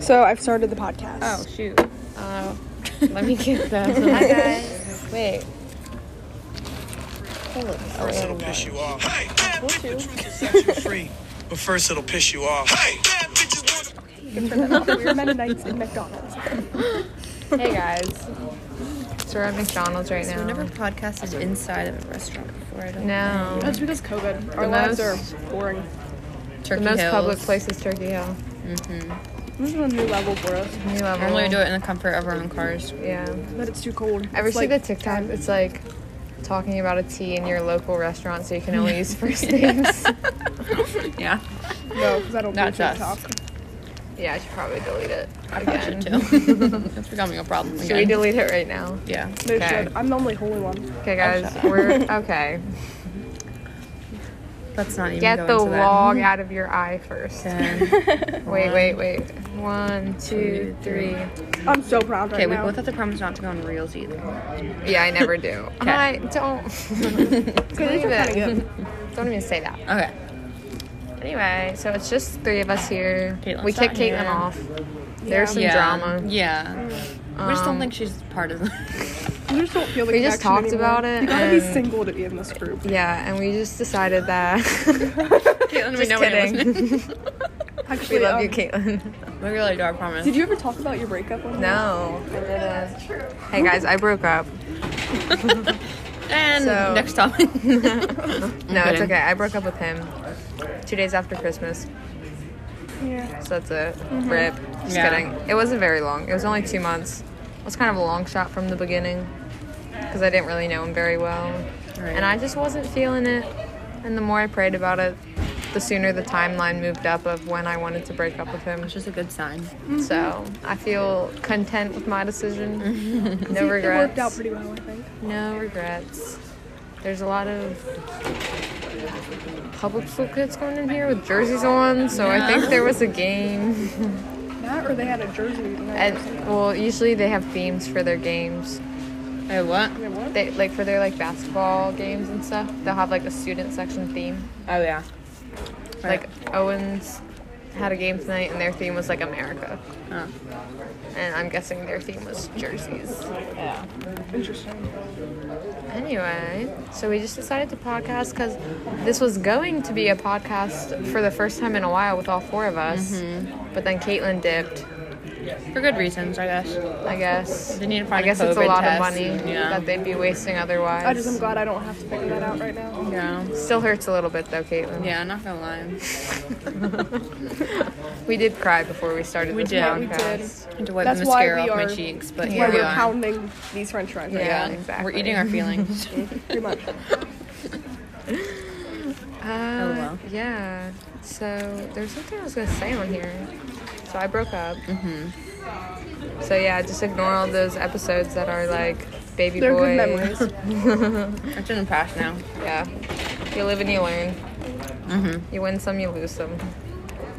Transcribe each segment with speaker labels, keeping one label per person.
Speaker 1: So I've started the podcast.
Speaker 2: Oh shoot. Uh, let me get that.
Speaker 3: Hi guys.
Speaker 2: Wait. Holy
Speaker 4: First it'll
Speaker 2: crap.
Speaker 4: piss you off. Hey, damn, bitch, the truth is set you free. But first it'll piss you off. Hey, damn, bitches want to
Speaker 1: We're Mennonites in McDonald's.
Speaker 2: Hey guys. So we're at McDonald's right now.
Speaker 3: I've never podcasted inside of a restaurant before. I don't
Speaker 2: no.
Speaker 1: That's because COVID. Our
Speaker 2: The
Speaker 1: lives
Speaker 2: most-
Speaker 1: are boring.
Speaker 2: The
Speaker 3: Turkey
Speaker 2: most
Speaker 3: Hills.
Speaker 2: public place is Turkey Hill.
Speaker 1: This is a new level for us,
Speaker 2: New level.
Speaker 3: Normally we do it in the comfort of our own cars.
Speaker 2: Yeah.
Speaker 1: but it's too cold.
Speaker 2: Ever
Speaker 1: It's
Speaker 2: see the
Speaker 1: like,
Speaker 2: TikTok? It's like talking about a tea in your local restaurant, so you can only use first names.
Speaker 3: Yeah.
Speaker 1: No, because I don't
Speaker 3: Not
Speaker 1: do
Speaker 3: just.
Speaker 1: TikTok.
Speaker 2: yeah, I should probably delete it again.
Speaker 3: That's becoming a problem.
Speaker 2: Should we delete it right now?
Speaker 3: Yeah.
Speaker 1: They
Speaker 2: Okay.
Speaker 1: should. I'm the only holy one.
Speaker 2: Okay, guys, we're okay.
Speaker 3: Let's not even
Speaker 2: Get the
Speaker 3: go into
Speaker 2: log out of your eye first.
Speaker 3: that.
Speaker 2: Wait, wait, wait. One, two, three.
Speaker 1: I'm so proud right
Speaker 3: Okay, we
Speaker 1: now.
Speaker 3: both have the promise not to go on reels either.
Speaker 2: Yeah, I never do. I don't. don't, even, don't even say that.
Speaker 3: Okay.
Speaker 2: Anyway, so it's just three of us here.
Speaker 3: Okay, let's
Speaker 2: we
Speaker 3: not
Speaker 2: kicked
Speaker 3: hear.
Speaker 2: Caitlin off. There's some
Speaker 3: yeah.
Speaker 2: drama.
Speaker 3: Yeah. we just don't
Speaker 2: Um,
Speaker 3: think she's part of the
Speaker 1: We just don't feel the
Speaker 2: We
Speaker 1: connection
Speaker 2: just talked
Speaker 1: anymore.
Speaker 2: about it
Speaker 1: You gotta be
Speaker 2: and-
Speaker 1: single to be in this group.
Speaker 2: Yeah, and we just decided that.
Speaker 3: Caitlin,
Speaker 2: just kidding.
Speaker 1: Actually,
Speaker 2: we love you,
Speaker 1: um,
Speaker 2: Caitlin.
Speaker 3: we really do, I promise.
Speaker 1: Did you ever talk about your breakup? One time?
Speaker 2: No, I didn't. Hey guys, I broke up.
Speaker 3: and
Speaker 2: So-
Speaker 3: next topic.
Speaker 2: No, it's
Speaker 3: kidding.
Speaker 2: okay. I broke up with him two days after Christmas.
Speaker 1: Yeah. Mm-hmm.
Speaker 2: So that's it. Rip. Just
Speaker 3: Yeah.
Speaker 2: kidding. It wasn't very long. It was only two months. It was kind of a long shot from the beginning because I didn't really know him very well.
Speaker 3: Right.
Speaker 2: And I just wasn't feeling it. And the more I prayed about it, the sooner the timeline moved up of when I wanted to break up with him.
Speaker 3: It's just a good sign.
Speaker 1: Mm-hmm.
Speaker 2: So I feel content with my decision. No
Speaker 1: It worked out
Speaker 2: regrets.
Speaker 1: pretty well, I think.
Speaker 2: No regrets. There's a lot of public school kids going in here with jerseys on, so I think there was a game.
Speaker 1: That or they had a jersey. And
Speaker 2: And well, usually they have themes for their games.
Speaker 3: Hey, what?
Speaker 1: Wait, what?
Speaker 2: They like for their like basketball games and stuff. They'll have like a student section theme.
Speaker 3: Oh, yeah.
Speaker 2: Like Owens had a game tonight, and their theme was like America.
Speaker 3: Oh.
Speaker 2: And I'm guessing their theme was jerseys.
Speaker 3: Yeah.
Speaker 1: Interesting.
Speaker 2: Anyway, so we just decided to podcast because this was going to be a podcast for the first time in a while with all four of us.
Speaker 3: Mm-hmm.
Speaker 2: But then Caitlin dipped.
Speaker 3: For good reasons, I guess.
Speaker 2: I guess.
Speaker 3: They need to
Speaker 2: I
Speaker 3: find a
Speaker 2: guess it's a
Speaker 3: COVID
Speaker 2: lot
Speaker 3: test,
Speaker 2: of money
Speaker 3: yeah.
Speaker 2: that they'd be wasting otherwise.
Speaker 1: I just am glad I don't have to figure that out right now.
Speaker 3: Yeah.
Speaker 2: Still hurts a little bit though, Caitlin.
Speaker 3: Yeah, not gonna lie.
Speaker 2: We did cry before we started
Speaker 3: We
Speaker 2: this
Speaker 3: did. Yeah,
Speaker 1: we did.
Speaker 2: podcast.
Speaker 3: And to wipe
Speaker 1: That's
Speaker 3: the
Speaker 1: why
Speaker 3: mascara
Speaker 1: we
Speaker 3: off my
Speaker 1: are-
Speaker 3: cheeks, but
Speaker 1: Where
Speaker 3: here we
Speaker 1: we're
Speaker 3: are.
Speaker 1: pounding these French fries. right
Speaker 2: Yeah.
Speaker 1: now,
Speaker 2: exactly.
Speaker 3: We're eating our feelings.
Speaker 1: Pretty much.
Speaker 2: Uh,
Speaker 3: well.
Speaker 2: Yeah. So there's something I was gonna say on here. So I broke up. Mm-hmm. So yeah, just ignore all those episodes that are like baby
Speaker 1: They're good
Speaker 2: boy.
Speaker 1: memories.
Speaker 3: it's in the past now.
Speaker 2: Yeah. You live and you learn. Mm-hmm. You win some, you lose some.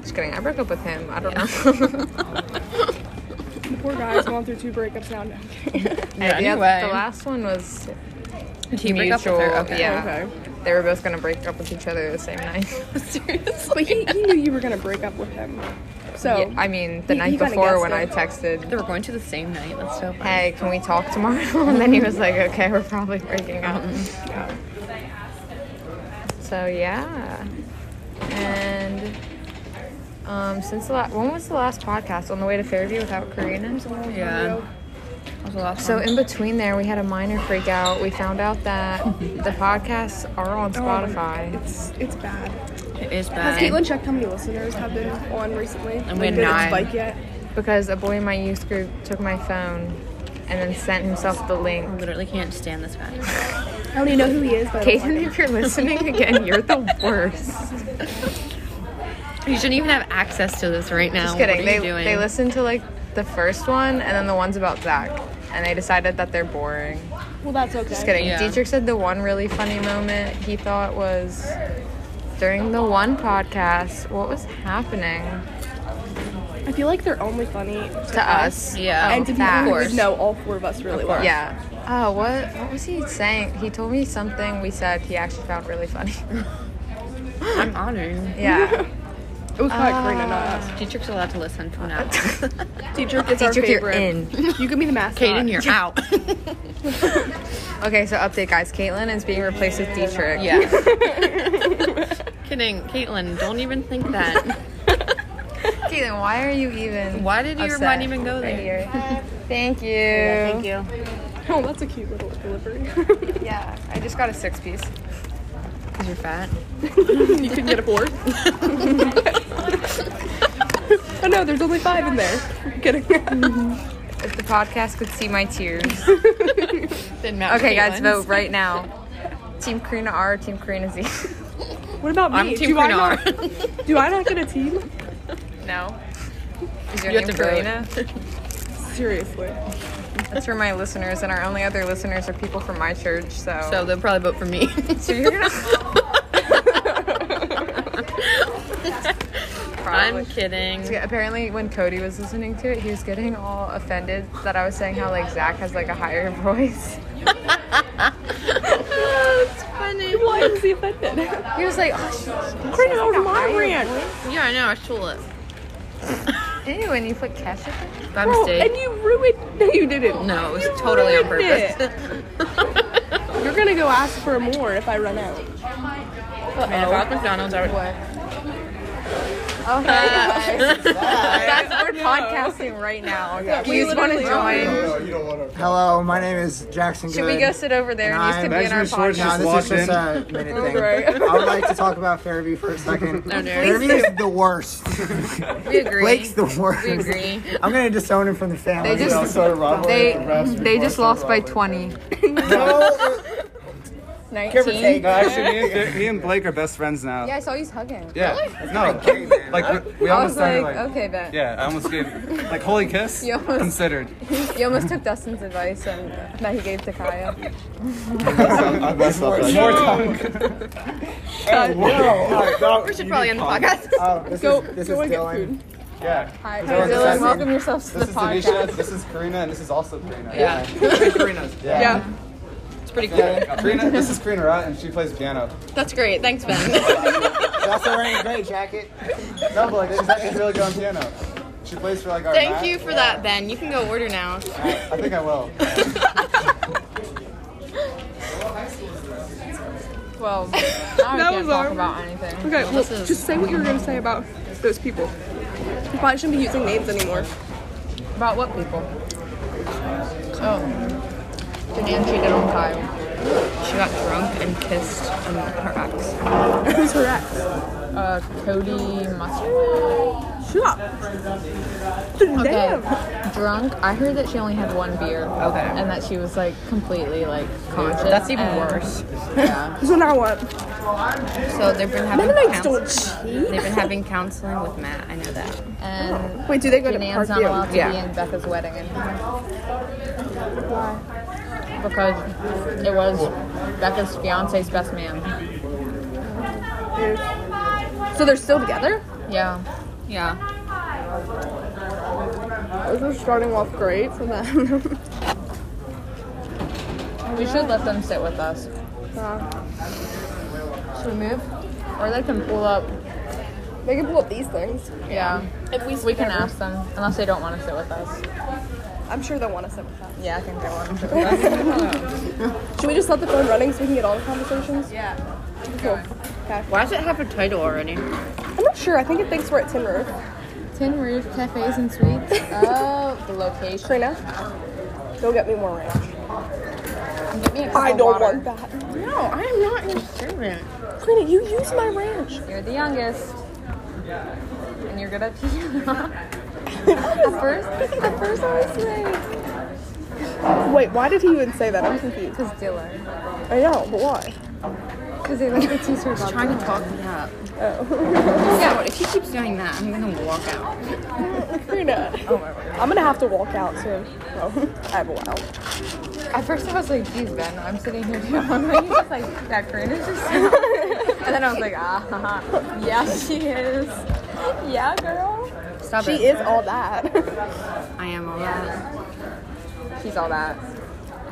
Speaker 2: Just kidding. I broke up with him. I don't know.
Speaker 1: The poor guy's gone through two breakups now. No, I'm kidding.
Speaker 3: Yeah,
Speaker 2: Yeah,
Speaker 3: anyway.
Speaker 2: The last one was
Speaker 3: Did you break up with her?
Speaker 2: mutual-
Speaker 3: Okay.
Speaker 2: Yeah.
Speaker 1: Okay.
Speaker 2: They were both gonna break up with each other the same night.
Speaker 1: But he, he knew you were gonna break up with him. So
Speaker 2: Yeah, I mean, the
Speaker 1: Oh. You-
Speaker 2: night
Speaker 1: you kinda
Speaker 2: before
Speaker 1: guessed
Speaker 2: when I
Speaker 1: it.
Speaker 2: texted,
Speaker 3: They were going to the same night. That's so funny.
Speaker 2: hey, can we talk tomorrow? And then he was like, okay, we're probably breaking up. So yeah, and um, since the last, when was the last podcast on the way to Fairview without Karina?
Speaker 3: Yeah. That was the last
Speaker 2: So
Speaker 3: one.
Speaker 2: in between there, we had a minor freak out. We found out that the podcasts are on Spotify.
Speaker 1: it's it's bad.
Speaker 3: it is
Speaker 1: Has
Speaker 3: bad.
Speaker 1: Caitlin checked how many listeners have been on recently? And
Speaker 3: we had
Speaker 1: did it
Speaker 3: nine.
Speaker 1: spike yet?
Speaker 2: because a boy in my youth group took my phone and then sent himself the
Speaker 3: I
Speaker 2: link.
Speaker 3: literally can't stand this guy.
Speaker 1: I don't even know who he is, but I don't like
Speaker 2: Caitlin, if you're listening again, you're the worst.
Speaker 3: You shouldn't even have access to this right now.
Speaker 2: Just kidding.
Speaker 3: What are
Speaker 2: They
Speaker 3: you doing?
Speaker 2: they listened to like the first one and then the ones about Zach, and they decided that they're boring.
Speaker 1: it. well, that's okay.
Speaker 2: Just kidding.
Speaker 3: Yeah.
Speaker 2: Dietrich said the one really funny moment he thought was during the one podcast. What was happening
Speaker 1: I feel like they're only funny to,
Speaker 2: to us?
Speaker 3: Yeah.
Speaker 1: and to people
Speaker 2: that.
Speaker 1: who
Speaker 2: Of
Speaker 1: would
Speaker 3: course.
Speaker 1: know all four of us really well.
Speaker 2: Yeah. Oh, what what was he saying? He told me something we said he actually found really funny.
Speaker 3: I'm honored.
Speaker 2: yeah.
Speaker 1: It was probably Karina, not us.
Speaker 3: Dietrich's allowed to listen from now. on.
Speaker 1: Dietrich is our
Speaker 2: Dietrich, you're
Speaker 1: favorite.
Speaker 2: in.
Speaker 1: You can be the mascot.
Speaker 3: Kaden, you're out.
Speaker 2: Okay, so update, guys. Caitlin is being replaced with Dietrich.
Speaker 3: yeah. Kidding, Caitlin. Don't even think that.
Speaker 2: Caitlin, why are you even?
Speaker 3: Why did your
Speaker 2: upset
Speaker 3: mind even go
Speaker 2: right
Speaker 3: there?
Speaker 2: here? Thank you.
Speaker 3: you.
Speaker 1: Oh, that's a cute little delivery.
Speaker 2: Yeah, I just got a six piece.
Speaker 3: Cause you're fat.
Speaker 1: you couldn't get a four. oh no, there's only five in there. kidding.
Speaker 2: If the podcast could see my tears.
Speaker 3: Didn't matter.
Speaker 2: Okay, guys,
Speaker 3: Caitlin's.
Speaker 2: vote right now. Team Karina R, Team Karina Z.
Speaker 1: what about me?
Speaker 3: I'm oh. Team
Speaker 1: do, I
Speaker 3: Karina.
Speaker 1: not, do I not get a team?
Speaker 2: No. Is your
Speaker 3: You have
Speaker 2: name
Speaker 3: to vote.
Speaker 2: Karina?
Speaker 1: Seriously.
Speaker 2: That's for my listeners, and our only other listeners are people from my church. So,
Speaker 3: So they'll probably vote for me.
Speaker 2: So you're gonna.
Speaker 3: I'm
Speaker 2: Probably.
Speaker 3: kidding.
Speaker 2: Yeah, apparently, when Cody was listening to it, he was getting all offended that I was saying how like Zach has like a higher voice.
Speaker 1: Why was he offended? Karina,
Speaker 2: He was like, oh, she-
Speaker 1: that was my rant.
Speaker 3: Yeah, I know. I stole it.
Speaker 2: ew, and you put ketchup.
Speaker 3: By
Speaker 1: Bro,
Speaker 3: mistake.
Speaker 1: Oh, and you ruined. No, you didn't.
Speaker 3: no, it
Speaker 1: you
Speaker 3: was totally on
Speaker 1: ruined it.
Speaker 3: purpose.
Speaker 1: You're gonna go ask for more if I run out.
Speaker 3: Man, if I was McDonald's, I would.
Speaker 2: What? Oh, hey guys. Guys, we're podcasting right now. Okay.
Speaker 1: we
Speaker 2: You just want to
Speaker 1: literally
Speaker 2: join.
Speaker 5: Hello, my name is Jackson.
Speaker 2: Should we
Speaker 5: Good.
Speaker 2: go sit over there and you
Speaker 5: Nine.
Speaker 2: could be in our
Speaker 6: Measure shorts
Speaker 2: podcast?
Speaker 5: No, this
Speaker 6: Just
Speaker 5: is just
Speaker 6: walk
Speaker 5: a minute thing.
Speaker 1: Right.
Speaker 5: I would like to talk about Fairview for a second. Fairview is the worst.
Speaker 2: We agree.
Speaker 5: Blake's the worst.
Speaker 2: we agree.
Speaker 5: I'm gonna disown him from the family.
Speaker 2: They just-
Speaker 5: I'll start a rivalry
Speaker 2: They
Speaker 5: with the rest of
Speaker 2: they
Speaker 5: the
Speaker 2: just
Speaker 5: Barstool
Speaker 2: lost by
Speaker 5: rivalry.
Speaker 2: 20.
Speaker 5: No, give or
Speaker 2: 19.
Speaker 5: take.
Speaker 6: No, actually, me and, he and Blake are best friends now.
Speaker 2: Yeah, I saw you hugging.
Speaker 6: Yeah. No. Like we, we
Speaker 2: I was
Speaker 6: almost
Speaker 2: like,
Speaker 6: started like.
Speaker 2: okay, bet.
Speaker 6: Yeah, I almost gave like holy kiss
Speaker 2: You almost-
Speaker 6: considered.
Speaker 2: You almost took Dustin's advice and that he gave to Kaya.
Speaker 5: I messed up.
Speaker 6: More tongue. oh
Speaker 5: We
Speaker 3: should probably end the podcast.
Speaker 5: Oh, this
Speaker 1: Go,
Speaker 5: is this
Speaker 1: go
Speaker 5: is
Speaker 1: and get
Speaker 5: Dylan.
Speaker 1: food.
Speaker 6: Yeah.
Speaker 2: Hi,
Speaker 5: that what
Speaker 2: Dylan,
Speaker 5: Dustin-
Speaker 2: welcome yourselves to
Speaker 6: This
Speaker 2: the
Speaker 6: is
Speaker 2: podcast.
Speaker 6: Tanisha, this is Karina, and this is also Karina.
Speaker 3: Yeah.
Speaker 6: Yeah.
Speaker 1: Yeah.
Speaker 3: It's pretty cool.
Speaker 6: Yeah, Karina, this is Karina, right? And she plays piano.
Speaker 3: That's great. Thanks, Ben.
Speaker 5: That's wearing a gray jacket.
Speaker 6: No, but like, she's actually really good on piano. She plays for like our.
Speaker 3: Thank
Speaker 6: math.
Speaker 3: you for that, Ben. You can go order now.
Speaker 6: I think I will.
Speaker 2: Well, now we can't
Speaker 1: was
Speaker 2: talk
Speaker 1: awkward.
Speaker 2: about anything.
Speaker 1: Okay, well,
Speaker 3: is-
Speaker 1: just say what you were gonna say about those people. You probably shouldn't be using names anymore.
Speaker 2: About what people? Oh. Janine cheated on Kyle.
Speaker 3: She got drunk and kissed um, her ex.
Speaker 1: Who's her ex?
Speaker 2: Uh, Cody Mustard?
Speaker 1: Shut up. Damn.
Speaker 2: Drunk. I heard that she only had one beer. Okay. And that she was like completely like conscious.
Speaker 3: That's even
Speaker 2: and-
Speaker 3: worse.
Speaker 1: So now what?
Speaker 3: So they've been having
Speaker 1: Mennonites
Speaker 3: counseling.
Speaker 1: don't cheat.
Speaker 3: They've been having counseling with Matt. I know that.
Speaker 2: And
Speaker 1: Wait, do they go to
Speaker 2: Janine's not
Speaker 1: Parkview?
Speaker 2: allowed to
Speaker 3: Yeah.
Speaker 2: be in Becca's wedding anymore. Because it was Becca's fiance's best man.
Speaker 1: So they're still together?
Speaker 2: Yeah.
Speaker 3: Yeah.
Speaker 1: Those are starting off great for them.
Speaker 2: We should let them sit with us. Should we move? Or they can pull up.
Speaker 1: they can pull up these things.
Speaker 2: Yeah.
Speaker 1: If we,
Speaker 2: We can ask them, unless they don't want to sit with us.
Speaker 1: I'm sure they'll want to sit with us.
Speaker 2: Yeah, I think they want to sit
Speaker 1: Should we just let the phone running so we can get all the conversations? Yeah. Cool. Okay.
Speaker 3: Why does it have a title already?
Speaker 1: I'm not sure. I think it thinks we're at Tin Roof.
Speaker 2: Tin Roof Cafes and Suites. Oh, the location.
Speaker 1: Karina, go get me more ranch.
Speaker 2: Get me a cup
Speaker 1: I
Speaker 2: of
Speaker 1: don't
Speaker 2: water.
Speaker 1: want that.
Speaker 3: No, I am not your servant.
Speaker 1: Karina, you use my ranch.
Speaker 2: You're the youngest. And you're good at piano. at first, at first I was like,
Speaker 1: Wait, why did he even say that? I'm confused.
Speaker 2: because Dylan.
Speaker 1: I know, but why?
Speaker 2: Because they like the teacher about
Speaker 3: Trying to talk me up. Oh. yeah, but if she keeps doing that, I'm gonna walk out. Oh,
Speaker 1: Karina. I'm gonna have to walk out soon. Oh, I have a while.
Speaker 2: At first I was like, geez, Ben, I'm sitting here too long. And he's just like, that Karina's just And then I was like, ah, ha, ha. yeah, she is. Yeah, girl.
Speaker 3: Stop
Speaker 1: She
Speaker 3: it.
Speaker 1: is all that.
Speaker 3: I am all that.
Speaker 2: She's all that.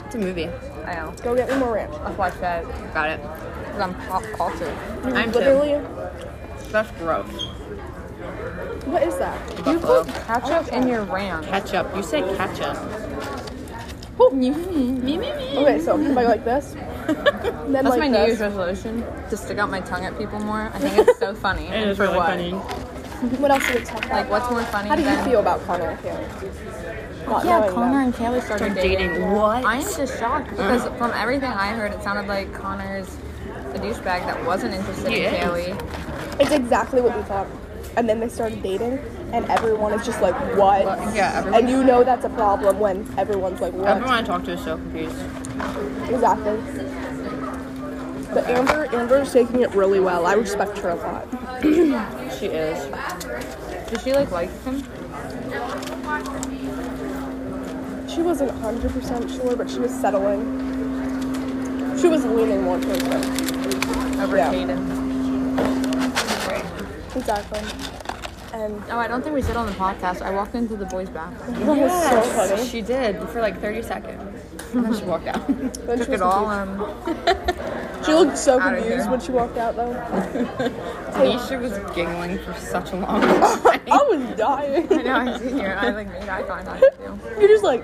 Speaker 3: It's a movie.
Speaker 2: I know.
Speaker 1: Go get me more ranch.
Speaker 2: Let's watch that.
Speaker 3: Got it.
Speaker 2: Because I'm pop culture.
Speaker 3: I'm too.
Speaker 1: Literally,
Speaker 3: That's gross.
Speaker 4: What is that?
Speaker 2: You put ketchup in your ranch.
Speaker 3: Ketchup. You said ketchup.
Speaker 4: Okay, so if I go like this. and then
Speaker 2: That's
Speaker 4: like
Speaker 2: my New
Speaker 4: this.
Speaker 2: Year's resolution to stick out my tongue at people more. I think it's so funny. and for what?
Speaker 4: What else do we talk about?
Speaker 2: Like, what's more funny
Speaker 4: How do you
Speaker 2: than
Speaker 4: feel about Connor and Taylor? Not knowing
Speaker 2: Yeah,
Speaker 4: them.
Speaker 2: Connor and Kaylee started dating.
Speaker 3: What?
Speaker 2: I am just shocked because from everything I heard, it sounded like Connor's the douchebag that wasn't interested
Speaker 3: He
Speaker 2: in
Speaker 3: is.
Speaker 2: Kaylee.
Speaker 4: It's exactly what we thought. And then they started dating, and everyone is just like, what?
Speaker 3: yeah, everyone-
Speaker 4: And you know that's a problem when everyone's like, what?
Speaker 3: Everyone I talk to is so confused.
Speaker 4: Exactly. But Amber, Amber's taking it really well. I respect her a lot.
Speaker 3: She is.
Speaker 2: Does she like like him?
Speaker 4: She wasn't 100% sure, but she was settling. She was leaning more towards him.
Speaker 2: Over
Speaker 4: Yeah.
Speaker 2: Caden.
Speaker 4: Exactly. And
Speaker 2: Oh, I don't think we did on the podcast. I walked into the boys' bathroom.
Speaker 4: that was so funny.
Speaker 3: She did for like 30 seconds. And then she walked out.
Speaker 4: Then
Speaker 2: Took
Speaker 4: she,
Speaker 2: it
Speaker 4: was
Speaker 2: all
Speaker 4: confused.
Speaker 2: um
Speaker 4: she looked so
Speaker 2: Outta
Speaker 4: confused
Speaker 2: here.
Speaker 4: when she walked out, though.
Speaker 3: Nisha was giggling for such a long time.
Speaker 4: I was dying.
Speaker 2: I know I see here. I like made eye contact with you.
Speaker 4: You're just like.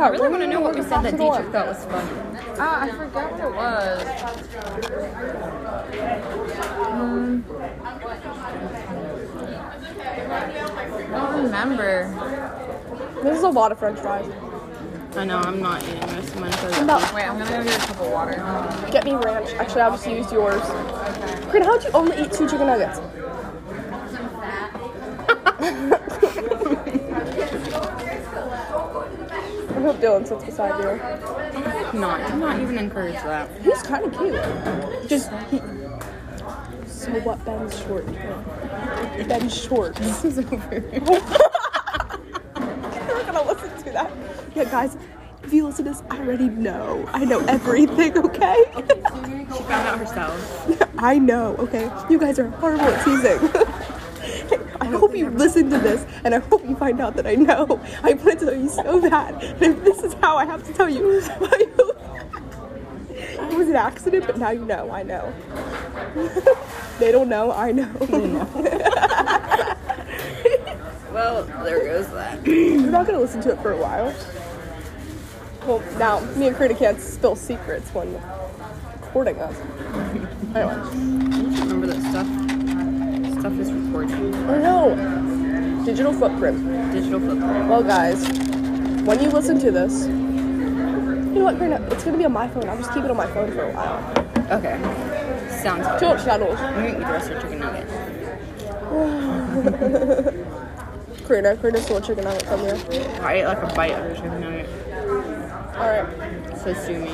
Speaker 3: I really want to know what we said that Dietrich thought was funny.
Speaker 2: Ah, I forgot what it was. Hmm. I don't remember.
Speaker 4: This is a lot of French fries.
Speaker 3: I know, I'm not eating this. I'm
Speaker 2: Wait, I'm gonna go get a cup of water.
Speaker 4: Get me ranch. Actually, I'll just use yours. Krina, how'd you only eat two chicken nuggets? I hope Dylan sits beside you.
Speaker 3: not. Do not even encourage that.
Speaker 4: He's kind of cute. Just he. So what? Ben's short. Ben's short. This is over. You're not gonna listen to that. Yeah, guys. If you listen to this, I already know. I know everything. Okay.
Speaker 3: She found out herself.
Speaker 4: I know, okay? You guys are horrible at teasing. I hope you listen to this and I hope you find out that I know. I want to tell you so bad. And if this is how I have to tell you, I hope- it was an accident, but now you know. I know. they don't know, I know.
Speaker 3: Hmm. Well, there goes that.
Speaker 4: You're not gonna listen to it for a while. Well, now me and Karina can't spill secrets when recording us. Anyway.
Speaker 3: Remember that stuff? Stuff is recording.
Speaker 4: Oh no! Digital footprint.
Speaker 3: Digital footprint.
Speaker 4: Well, guys, when you listen to this, you know what, Karina? It's gonna be on my phone. I'll just keep it on my phone for a while.
Speaker 3: Okay. Sounds good.
Speaker 4: Don't shadows.
Speaker 3: I'm gonna eat the rest of the chicken nugget.
Speaker 4: Karina, Karina stole a chicken nugget from you.
Speaker 3: I ate like a bite of the chicken nugget.
Speaker 4: Alright.
Speaker 3: So sue me.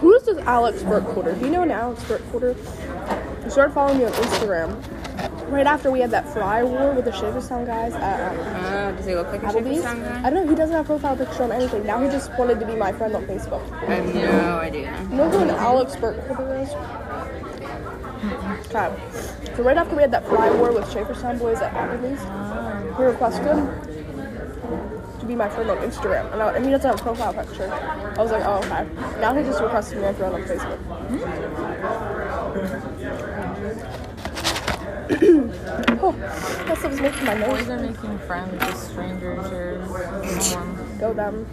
Speaker 4: Who is this Alex Burkholder? Do you know an Alex Burkholder? He started following me on Instagram right after we had that fry war with the Shakerstown guys at um,
Speaker 3: Uh, does he look like a
Speaker 4: Applebee's.
Speaker 3: Shakerstown guy?
Speaker 4: I don't know. He doesn't have a profile picture on anything. Now he just wanted to be my friend on Facebook.
Speaker 3: I have no idea.
Speaker 4: You know who an Alex Burkholder is? Okay. So right after we had that fly war with Schaeferstown boys at Applebee's,
Speaker 3: Ah.
Speaker 4: he requested to be my friend on Instagram, and, I, and he doesn't have a profile picture. I was like, oh okay. Now he just requested me as a friend on Facebook.
Speaker 3: Hmm.
Speaker 4: oh, that stuff's making my nose
Speaker 2: Boys are making friends with strangers or someone.
Speaker 4: go down.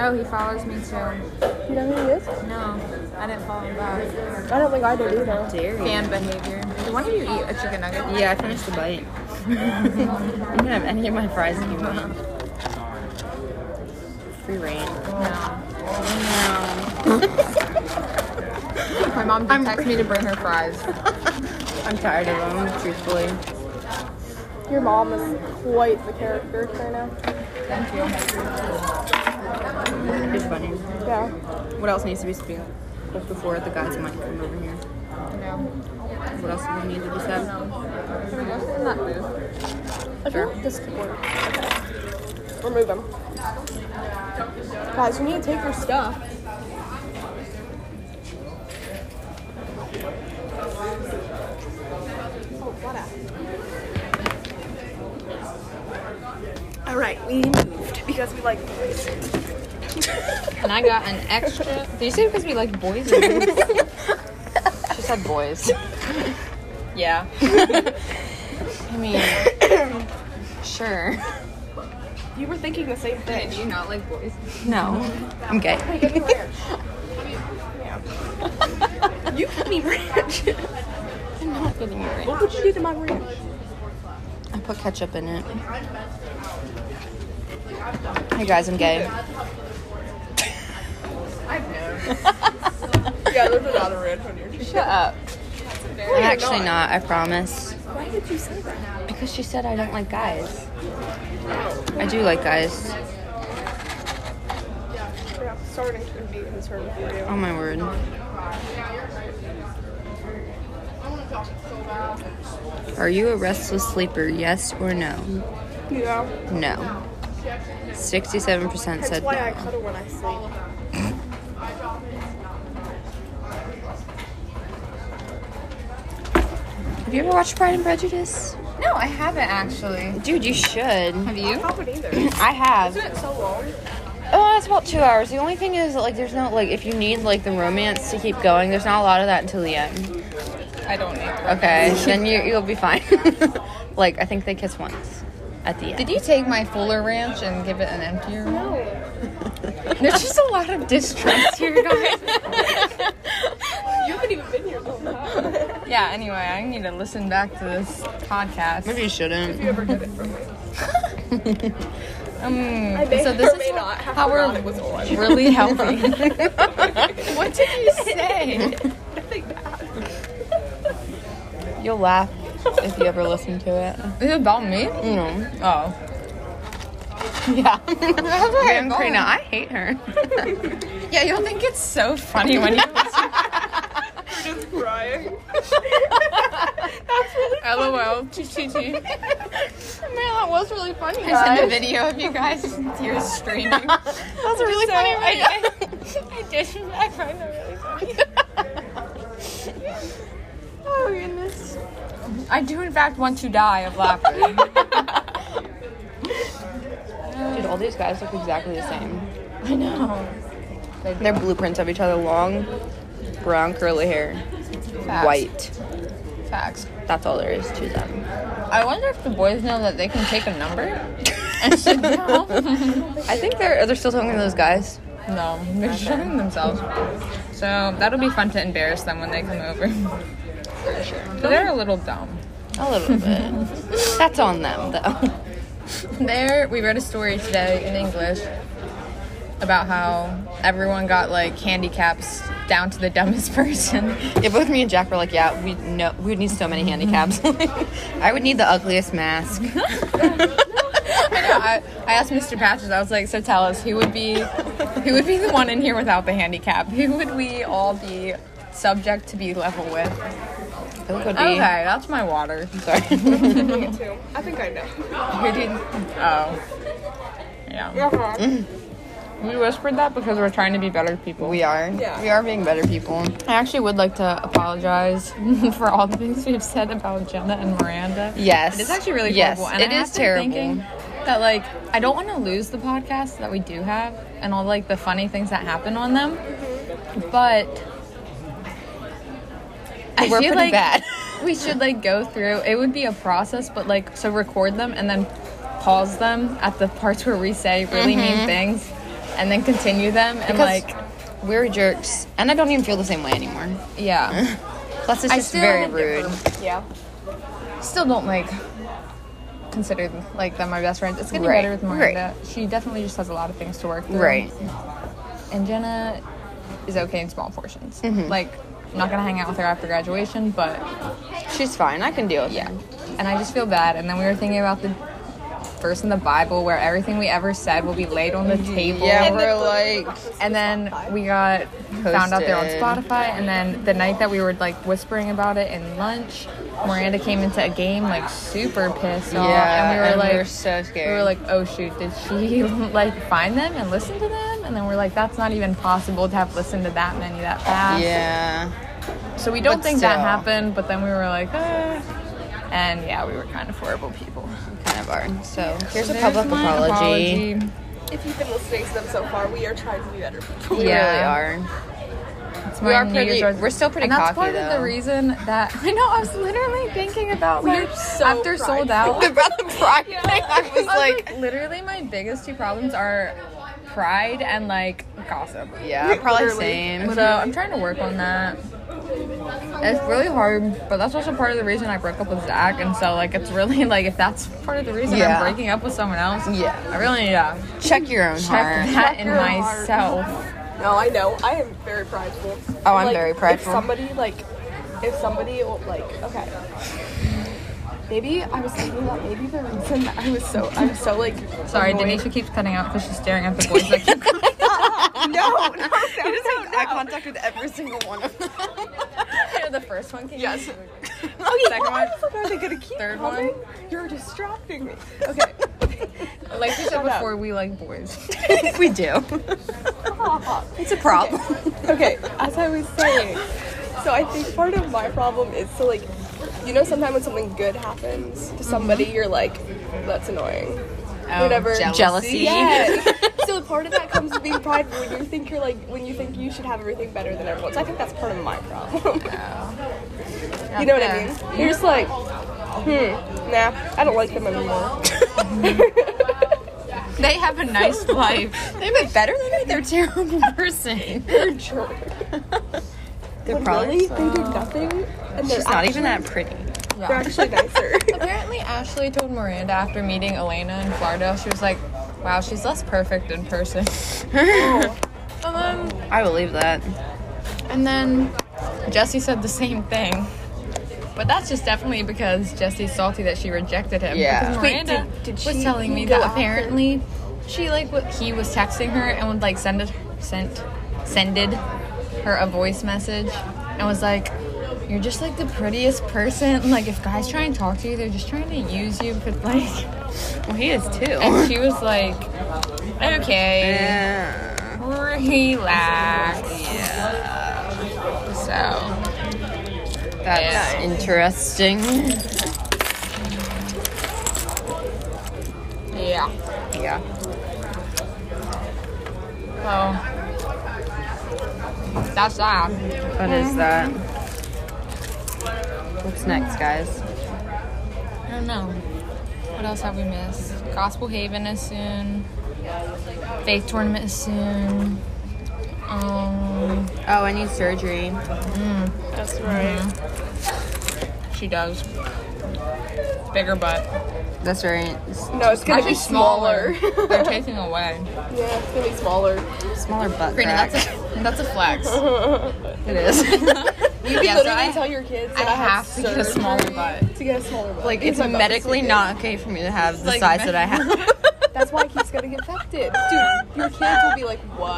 Speaker 2: Oh, he follows me too.
Speaker 4: You know who he is?
Speaker 2: No, I didn't follow him back.
Speaker 4: I don't think I did either.
Speaker 3: Dare you?
Speaker 2: Fan behavior. Why do you eat a chicken nugget?
Speaker 3: Yeah, I finished the bite. I'm gonna have any of my fries that you want. Free reign.
Speaker 2: No.
Speaker 3: No.
Speaker 2: My mom did text me to bring her fries.
Speaker 3: I'm tired of them, truthfully.
Speaker 4: Your mom is quite the character, Karina.
Speaker 2: Thank you.
Speaker 3: It's funny.
Speaker 4: Yeah.
Speaker 3: What else needs to be spoken before the guys might come over here?
Speaker 2: No.
Speaker 3: What else does need to be said?
Speaker 2: Can we go sit in that booth?
Speaker 4: I feel like this could work. We're moving. Guys, we need to take your stuff.
Speaker 1: All right, we moved because we like boys.
Speaker 2: And I got an extra. Did you say because we like boys? Or girls? she said boys. yeah. I mean, sure.
Speaker 1: You were thinking the same thing.
Speaker 2: Do you not like boys?
Speaker 3: No, I'm gay.
Speaker 1: You couldn't even ranch.
Speaker 3: I'm not feeling it right.
Speaker 1: What would you do to my ranch?
Speaker 3: I put ketchup in it. Hey guys, I'm gay.
Speaker 1: Yeah, there's another ranch on your
Speaker 3: Shut up. I'm actually not. I promise.
Speaker 1: Why did you say that? Oh.
Speaker 3: Because she said I don't like guys. I do like guys.
Speaker 1: Yeah, starting to be concerned for you.
Speaker 3: Oh my word. Are you a restless sleeper? Yes or no?
Speaker 1: Yeah,
Speaker 3: No. 67%
Speaker 1: that's
Speaker 3: said
Speaker 1: why I
Speaker 3: no.
Speaker 1: cuddle when I sleep.
Speaker 3: Have you ever watched Pride and Prejudice?
Speaker 2: No, I haven't actually.
Speaker 3: Dude, you should.
Speaker 2: Have you?
Speaker 1: I would either.
Speaker 3: I have.
Speaker 1: It's so long.
Speaker 3: Oh, it's about two hours. The only thing is, like, there's no, like, if you need, like, the romance to keep going, there's not a lot of that until the end.
Speaker 2: I don't need.
Speaker 3: Okay, then you, you'll be fine. like, I think they kiss once at the end.
Speaker 2: Did you take my Fuller Ranch and give it an emptier? No. There's just a lot of distrust here, guys.
Speaker 1: You haven't even been here the whole time.
Speaker 2: yeah. Anyway, I need to listen back to this podcast.
Speaker 3: Maybe you shouldn't.
Speaker 1: You ever get it from me?
Speaker 2: Mm.
Speaker 1: I may
Speaker 2: so this
Speaker 1: or
Speaker 2: is
Speaker 1: may not have
Speaker 2: how
Speaker 1: forgotten
Speaker 2: we're
Speaker 1: it was on.
Speaker 2: really healthy. what did you say?
Speaker 3: You'll laugh if you ever listen to it.
Speaker 2: Is it about me?
Speaker 3: No.
Speaker 2: Oh.
Speaker 3: Yeah.
Speaker 2: I'm
Speaker 3: Karina, I hate her.
Speaker 2: Yeah, you'll think it's so funny when you
Speaker 1: Just crying.
Speaker 2: LOL. GGG.
Speaker 3: Man, that was really funny.
Speaker 2: I sent a video of you guys tears streaming. That was
Speaker 3: really funny video.
Speaker 2: I, I, I did. I find that really funny. oh goodness. I do in fact want to die of laughter.
Speaker 3: Dude, all these guys look exactly the same.
Speaker 2: I know.
Speaker 3: They're blueprints of each other. Long, brown, curly hair,
Speaker 2: Facts.
Speaker 3: white.
Speaker 2: Facts.
Speaker 3: That's all there is to them.
Speaker 2: I wonder if the boys know that they can take a number and sit down.
Speaker 3: I think they're are they still talking to those guys?
Speaker 2: no, they're showing themselves. So that'll be fun to embarrass them when they come over. They're a little dumb.
Speaker 3: A little bit. That's on them though.
Speaker 2: There, we read a story today in English about how everyone got like handicaps down to the dumbest person.
Speaker 3: Yeah, both me and Jack were like, yeah, we know we would need so many handicaps. I would need the ugliest mask.
Speaker 2: I know. I, I asked Mr. Patches. I was like, so tell us, who would be, who would be the one in here without the handicap? Who would we all be subject to be level with?
Speaker 3: It would be.
Speaker 2: Okay, that's my water.
Speaker 3: Sorry.
Speaker 1: I think I know.
Speaker 2: Who did? Oh, yeah. We whispered that because we're trying to be better people.
Speaker 3: we are.
Speaker 1: Yeah.
Speaker 3: We are being better people.
Speaker 2: I actually would like to apologize for all the things we've said about Jenna and Miranda.
Speaker 3: Yes.
Speaker 2: It's actually really
Speaker 3: yes,
Speaker 2: horrible.
Speaker 3: it
Speaker 2: I
Speaker 3: is
Speaker 2: have been
Speaker 3: terrible.
Speaker 2: thinking That like I don't want to lose the podcast that we do have and all like the funny things that happen on them, but I
Speaker 3: We're
Speaker 2: feel like
Speaker 3: pretty bad.
Speaker 2: we should like go through. It would be a process, but like so record them and then pause them at the parts where we say really mean things, and then continue them and
Speaker 3: Mm-hmm. Because-
Speaker 2: like
Speaker 3: We're jerks, and I don't even feel the same way anymore.
Speaker 2: yeah.
Speaker 3: Plus, it's
Speaker 2: I
Speaker 3: just
Speaker 2: still-
Speaker 3: very rude.
Speaker 1: Yeah.
Speaker 2: still don't like consider like them my best friends. It's getting
Speaker 3: Right,
Speaker 2: better with Miranda. She definitely just has a lot of things to work through.
Speaker 3: Right.
Speaker 2: And Jenna is okay in small portions.
Speaker 3: Mm-hmm.
Speaker 2: Like I'm not gonna hang out with her after graduation, but
Speaker 3: She's fine. I can deal with
Speaker 2: yeah.
Speaker 3: it.
Speaker 2: And I just feel bad. And then we were thinking about the verse in the Bible where everything we ever said will be laid on the table.
Speaker 3: Mm-hmm. Yeah, we're like,
Speaker 2: And then we got found out there on
Speaker 3: Posted.
Speaker 2: Spotify. And then the night that we were like whispering about it in lunch, Miranda came into a game like super pissed off.
Speaker 3: yeah,
Speaker 2: and we were like,
Speaker 3: so scared.
Speaker 2: we were like, oh shoot, did she like find them and listen to them? And then we're like, that's not even possible to have listened to that many that fast.
Speaker 3: yeah,
Speaker 2: So we don't
Speaker 3: But
Speaker 2: think that
Speaker 3: still.
Speaker 2: happened, but then we were like, eh. And yeah, we were kind of horrible people.
Speaker 3: kind of are. So here's a
Speaker 2: There's
Speaker 3: public
Speaker 2: my
Speaker 3: apology.
Speaker 2: apology.
Speaker 4: If you've been listening to them so far, we are trying to be better.
Speaker 3: We
Speaker 2: Yeah.
Speaker 3: really are.
Speaker 2: It's
Speaker 3: We
Speaker 2: my
Speaker 3: are
Speaker 2: New
Speaker 3: pretty.
Speaker 2: Year's resolution.
Speaker 3: We're still pretty
Speaker 2: and that's
Speaker 3: cocky
Speaker 2: part
Speaker 3: though.
Speaker 2: of the reason that I know I was literally thinking about we
Speaker 4: are so
Speaker 2: after sold out.
Speaker 3: About the pride thing, I was like,
Speaker 2: literally my biggest two problems are pride and like gossip.
Speaker 3: yeah, probably
Speaker 4: Literally.
Speaker 3: same.
Speaker 2: So I'm trying to work on that. It's really hard, but that's also part of the reason I broke up with Zach. And so like it's really like if that's part of the reason
Speaker 3: Yeah.
Speaker 2: I'm breaking up with someone else,
Speaker 3: Yeah.
Speaker 2: I really need to
Speaker 3: Check your own
Speaker 2: check
Speaker 3: heart.
Speaker 2: that in
Speaker 4: your heart.
Speaker 2: myself.
Speaker 4: No, I know. I am very prideful.
Speaker 3: Oh, I'm
Speaker 4: Like,
Speaker 3: very prideful.
Speaker 4: If somebody like, if somebody like, okay. Maybe I was thinking that maybe the reason that I was so I'm so like
Speaker 2: Sorry,
Speaker 4: annoyed-
Speaker 2: Denisha keeps cutting out because she's staring at the boys. Like,
Speaker 3: I contact with every single one of them.
Speaker 2: the first one came.
Speaker 4: Yes.
Speaker 2: Oh, yeah. Second one.
Speaker 4: Are they gonna keep
Speaker 2: Third
Speaker 4: coming? You're distracting me. Okay.
Speaker 2: Like we said
Speaker 4: Shut up.
Speaker 2: before, we like boys.
Speaker 3: we do. It's a problem.
Speaker 4: Okay, as I was saying, so I think part of my problem is to like, you know, sometimes when something good happens
Speaker 3: Mm-hmm.
Speaker 4: to somebody, you're like, that's annoying. Whatever.
Speaker 3: Oh, Jealousy.
Speaker 4: Yes. so part of that comes to being prideful when you think you're like when you think you should have everything better than everyone. So I think that's part of my problem. you know what I mean? You're just like, hmm, nah, I don't like them anymore.
Speaker 2: They have a nice life.
Speaker 3: They've been better than me. They're a terrible person.
Speaker 4: They're jerks.
Speaker 3: They're
Speaker 4: Really?
Speaker 3: probably
Speaker 4: They did nothing, and they're
Speaker 3: she's not even
Speaker 4: actually-
Speaker 3: that pretty.
Speaker 4: They're actually nicer.
Speaker 2: Apparently, Ashley told Miranda after meeting Elena in Florida, she was like, "Wow, she's less perfect in person." um,
Speaker 3: I believe that.
Speaker 2: and then Jesse said the same thing. But that's just definitely because Jesse's salty that she rejected him.
Speaker 3: Yeah.
Speaker 2: Because
Speaker 3: Wait,
Speaker 2: Miranda
Speaker 4: did- did
Speaker 2: was
Speaker 4: she
Speaker 2: telling me
Speaker 4: go
Speaker 2: that
Speaker 4: after-
Speaker 2: apparently she like what he was texting her and would like send it sent sended her a voice message and was like, "You're just like the prettiest person. Like if guys try and talk to you, they're just trying to use you because like."
Speaker 3: Well, he is too.
Speaker 2: And she was like, okay,
Speaker 3: Yeah.
Speaker 2: relax. So,
Speaker 3: That's
Speaker 2: Yeah.
Speaker 3: interesting.
Speaker 2: yeah.
Speaker 3: Yeah.
Speaker 2: So, that's that.
Speaker 3: What is that? What's next, guys?
Speaker 2: I don't know. What else have we missed? Gospel Haven is soon. Faith Tournament is soon. Um,
Speaker 3: Oh, I need surgery.
Speaker 2: Mm.
Speaker 4: That's right.
Speaker 2: she does. Bigger butt.
Speaker 3: That's right. It's
Speaker 4: No, it's gonna be
Speaker 2: Actually,
Speaker 4: smaller.
Speaker 2: They're taking away.
Speaker 4: yeah, it's gonna be smaller.
Speaker 3: smaller butt.
Speaker 2: Brandon,
Speaker 3: crack.
Speaker 2: that's a, that's a flex.
Speaker 3: it is.
Speaker 4: You
Speaker 2: Yeah,
Speaker 4: can
Speaker 2: so
Speaker 4: literally
Speaker 2: I-
Speaker 4: tell your kids
Speaker 2: I
Speaker 4: that I,
Speaker 2: have to get a
Speaker 4: surgery
Speaker 2: smaller butt.
Speaker 4: to get a smaller butt.
Speaker 3: like it's
Speaker 4: my butt was
Speaker 3: medically
Speaker 4: too big.
Speaker 3: not okay for me to have the
Speaker 2: like
Speaker 3: size
Speaker 2: med-
Speaker 3: that I have.
Speaker 4: That's why it keeps getting infected, dude. Your kids will be like, "What?"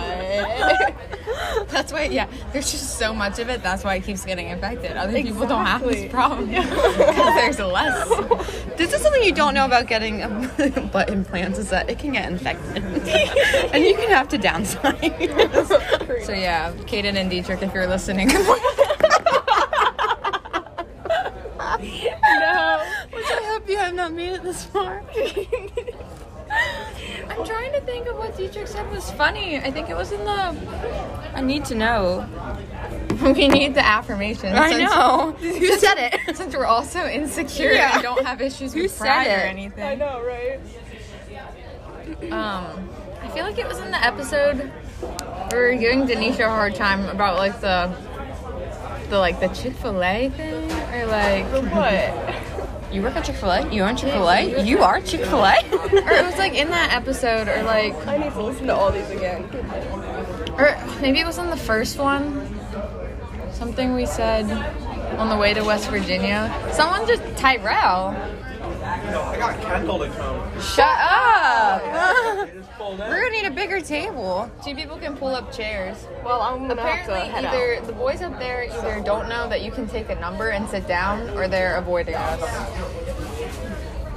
Speaker 2: That's why, yeah, there's just so much of it. That's why it keeps getting infected. Other people don't have
Speaker 4: Exactly.
Speaker 2: this problem because there's less.
Speaker 3: This is something you don't know about getting um, butt implants is that it can get infected, and you can have to downsize.
Speaker 2: So, yeah, Kaden and Dietrich, if you're listening. no.
Speaker 3: Which I hope you have not made it this far.
Speaker 2: I'm trying to think of what Dietrich said was funny. I think it was in the. I need to know. We need the affirmation.
Speaker 3: I
Speaker 2: since-
Speaker 3: know. Who said it?
Speaker 2: Since we're also insecure
Speaker 3: Yeah.
Speaker 2: and don't have issues
Speaker 3: Who
Speaker 2: with
Speaker 3: said
Speaker 2: pride or
Speaker 3: it?
Speaker 2: anything.
Speaker 4: I know, right?
Speaker 2: Um, I feel like it was in the episode where we were giving Denisha a hard time about like the the like the Chick Fil A thing or like
Speaker 4: What?
Speaker 3: You work at Chick Fil A. You own Chick Fil A. You are Chick Fil A.
Speaker 2: or it was like in that episode or like
Speaker 4: I need to listen to all these again.
Speaker 2: or maybe it was on the first one something we said on the way to West Virginia. Someone just Tyrell.
Speaker 6: I got Kendall to come.
Speaker 2: Shut up.
Speaker 6: They just pulled in.
Speaker 3: We're gonna need a bigger table.
Speaker 2: Two people can pull up chairs.
Speaker 4: Well, I'm gonna have to
Speaker 2: Apparently,
Speaker 4: head
Speaker 2: either the boys up there either don't know that you can take a number and sit down, or they're avoiding us.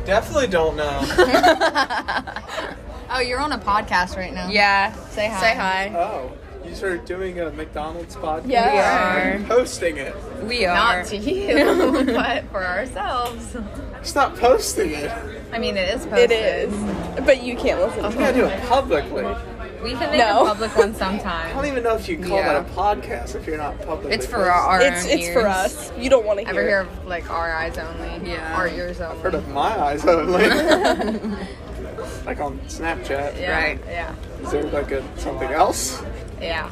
Speaker 6: Definitely don't know.
Speaker 2: Oh, you're on a podcast right now.
Speaker 3: Yeah.
Speaker 2: Say hi.
Speaker 3: Say hi.
Speaker 6: oh. You two are doing a McDonald's podcast.
Speaker 3: Yeah.
Speaker 6: And Posting it.
Speaker 2: We are.
Speaker 3: Not to you, but for ourselves.
Speaker 6: It's not posting it.
Speaker 2: I mean, it is
Speaker 1: It
Speaker 2: posted.
Speaker 1: is, but you can't listen.
Speaker 6: You gotta do it publicly. I
Speaker 2: We can make
Speaker 1: No.
Speaker 2: a public one sometime.
Speaker 6: don't even know if you call
Speaker 2: Yeah.
Speaker 6: that a podcast if you're not public.
Speaker 2: It's for our, our
Speaker 1: It's
Speaker 2: own
Speaker 1: it's for
Speaker 2: ears.
Speaker 1: us. You don't want to
Speaker 2: Ever
Speaker 1: hear.
Speaker 2: hear of like our eyes only?
Speaker 3: Yeah.
Speaker 2: Our ears only.
Speaker 6: Heard of my eyes only. like on Snapchat.
Speaker 2: yeah.
Speaker 3: Right.
Speaker 2: Yeah.
Speaker 6: Is there like a something else?
Speaker 2: Yeah.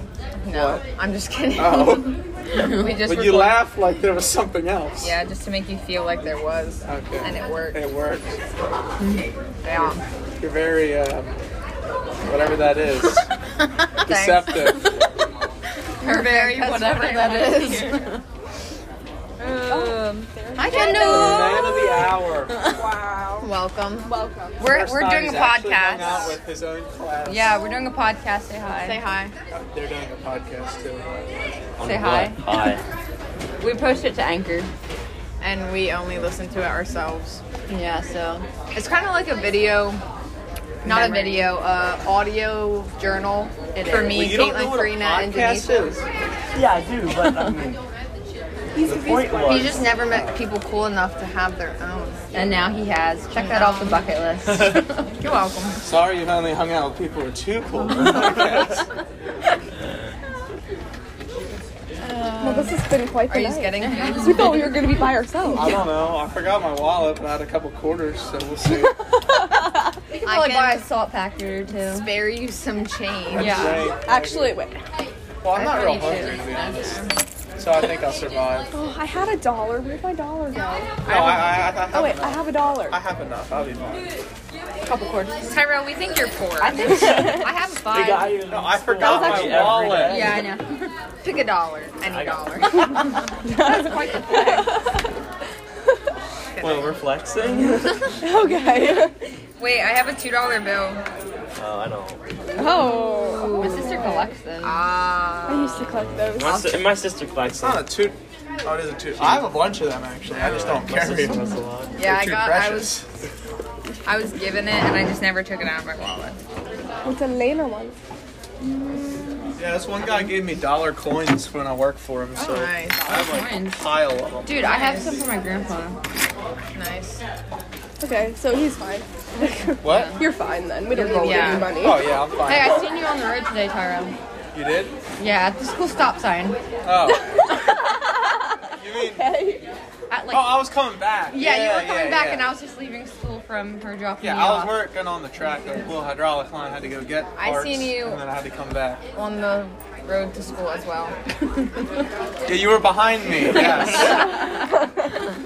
Speaker 2: No,
Speaker 6: What?
Speaker 2: I'm just kidding.
Speaker 6: Oh,
Speaker 2: we just
Speaker 6: but you
Speaker 2: record-
Speaker 6: laugh like there was something else.
Speaker 2: Yeah, just to make you feel like there was,
Speaker 6: Okay.
Speaker 2: and it worked.
Speaker 6: Uh, It works.
Speaker 2: Yeah.
Speaker 6: You're very um, whatever that is. Deceptive.
Speaker 3: Or very whatever that is.
Speaker 2: Um,
Speaker 3: I can know.
Speaker 6: Man of the hour.
Speaker 2: welcome. Welcome.
Speaker 3: We're,
Speaker 6: First
Speaker 3: we're
Speaker 6: time
Speaker 3: doing a
Speaker 6: he's actually hung Out
Speaker 3: podcast.
Speaker 6: with his own class.
Speaker 2: Yeah, we're doing a podcast. Say hi.
Speaker 3: Say hi.
Speaker 6: They're doing a podcast too.
Speaker 2: Say hi. Hi. we post it to Anchor.
Speaker 3: And we only listen to it ourselves.
Speaker 2: Yeah, so
Speaker 3: It's kind of like a video, not
Speaker 2: Memory.
Speaker 3: a video, uh, audio journal
Speaker 2: It
Speaker 3: for
Speaker 2: is.
Speaker 3: me,
Speaker 6: Well, you don't know
Speaker 3: Caitlin,
Speaker 6: what a
Speaker 3: Karina, and
Speaker 6: podcast
Speaker 3: Denise.
Speaker 6: is.
Speaker 7: Yeah, I do, but I mean, the point was.
Speaker 3: He just never met people cool enough to have their own.
Speaker 2: and now he has. Check that off the bucket list.
Speaker 3: You're welcome.
Speaker 6: Sorry you've only hung out with people who are too cool. for podcasts.
Speaker 1: Well, this has been quite
Speaker 3: Are
Speaker 1: the
Speaker 3: you just
Speaker 1: night.
Speaker 3: kidding?
Speaker 1: We thought we were going to be by ourselves.
Speaker 6: I don't know. I forgot my wallet, but I had a couple quarters, so we'll see.
Speaker 2: You can
Speaker 3: probably buy a
Speaker 2: salt packet or two.
Speaker 3: Spare you some change.
Speaker 6: Right.
Speaker 1: Actually, wait.
Speaker 6: Well, I'm not real hungry, to be honest. So I think I'll survive. No,
Speaker 1: Oh, I had a dollar. Where'd my dollar go?
Speaker 6: I, I, I, have
Speaker 1: Oh wait, I
Speaker 6: enough.
Speaker 1: have a dollar.
Speaker 6: I have enough. I'll be fine.
Speaker 2: Tyrell, we think you're poor.
Speaker 3: I think I have five.
Speaker 6: No, I forgot my wallet.
Speaker 2: yeah, I know. Pick a dollar, any dollar. That's quite the fact.
Speaker 8: Well, we're flexing?
Speaker 1: Okay.
Speaker 2: Wait, I have a two dollar bill.
Speaker 8: oh, I don't.
Speaker 1: oh,
Speaker 2: My sister collects them.
Speaker 1: I used to collect those.
Speaker 8: My, si- my sister flexing.
Speaker 6: It's not a two. Oh, it is a two. I have a bunch of them actually. I just don't
Speaker 8: My
Speaker 6: carry
Speaker 8: sister
Speaker 6: them.
Speaker 8: was a lot.
Speaker 2: yeah, I
Speaker 6: Too
Speaker 2: got. I was
Speaker 6: precious.
Speaker 2: I was given it, and I just never took it out of my wallet.
Speaker 1: What's a laner one?
Speaker 6: Yeah, this one guy gave me dollar coins when I worked for him, so
Speaker 3: Nice.
Speaker 6: I have like
Speaker 3: Oh.
Speaker 6: a pile of them.
Speaker 2: Dude, I have some for my grandpa.
Speaker 3: Nice.
Speaker 1: Okay, so he's fine.
Speaker 6: What?
Speaker 1: You're fine then. We don't need
Speaker 2: Yeah.
Speaker 1: any money.
Speaker 6: Oh yeah, I'm fine.
Speaker 2: Hey, I seen you on the road today, Tyrell.
Speaker 6: You did?
Speaker 2: Yeah, at the school stop sign.
Speaker 6: Oh. you mean?
Speaker 2: At like,
Speaker 6: Oh, I was coming back.
Speaker 2: yeah, you were coming
Speaker 6: yeah,
Speaker 2: back,
Speaker 6: yeah.
Speaker 2: and I was just leaving school from her dropping
Speaker 6: Yeah,
Speaker 2: me
Speaker 6: I was
Speaker 2: off.
Speaker 6: working on the track. The little hydraulic line had to go get.
Speaker 2: I
Speaker 6: parts,
Speaker 2: seen you-
Speaker 6: And then I had to come back.
Speaker 2: on the road to school as well.
Speaker 6: Yeah, you were behind me. Yes.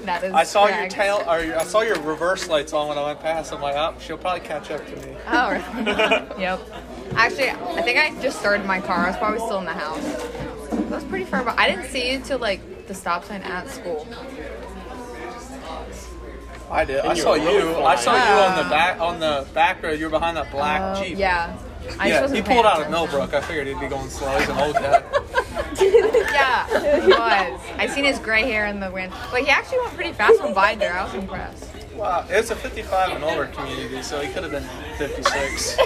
Speaker 2: That is.
Speaker 6: I saw your
Speaker 2: correct.
Speaker 6: tail, or your, I saw your reverse lights on when I went past. I'm like, oh, she'll probably catch up to me.
Speaker 2: Oh, really? yep. Actually, I think I just started my car. I was probably still in the house. That was pretty far, but I didn't see you till like the stop sign at school.
Speaker 6: I did. I
Speaker 8: you
Speaker 6: saw
Speaker 8: were really
Speaker 6: you. I
Speaker 8: flying.
Speaker 6: saw you on the back on the back road. You were behind that black
Speaker 2: Uh,
Speaker 6: jeep.
Speaker 2: yeah. I just
Speaker 6: Yeah,
Speaker 2: wasn't
Speaker 6: he
Speaker 2: paying
Speaker 6: pulled out of
Speaker 2: attention.
Speaker 6: Millbrook. I figured he'd be going slow. He's an old guy.
Speaker 2: Yeah, he was. I seen his gray hair in the wind. But he actually went pretty fast on by there. I was impressed.
Speaker 6: Wow, it's a 55 and older community, so he could have been 56.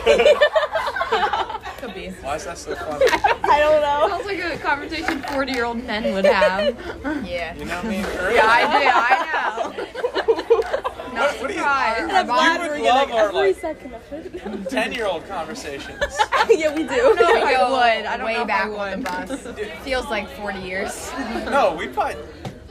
Speaker 2: Could be.
Speaker 6: Why is that so funny?
Speaker 2: Sounds like a conversation 40 year old men would have. Yeah.
Speaker 6: You know what I mean? Really?
Speaker 2: Yeah, I do. I know. Not
Speaker 6: What do you-
Speaker 2: surprised. Our
Speaker 1: glad
Speaker 2: bond-
Speaker 1: we're
Speaker 6: would
Speaker 1: getting
Speaker 6: love our,
Speaker 1: every
Speaker 6: like-
Speaker 1: second of it.
Speaker 6: 10 year old conversations.
Speaker 1: yeah, we do.
Speaker 2: No, I would. I
Speaker 3: I
Speaker 2: don't
Speaker 3: don't
Speaker 2: Way
Speaker 3: know if I
Speaker 2: back
Speaker 3: would.
Speaker 2: on the bus. Feels like 40 years.
Speaker 6: No, we probably.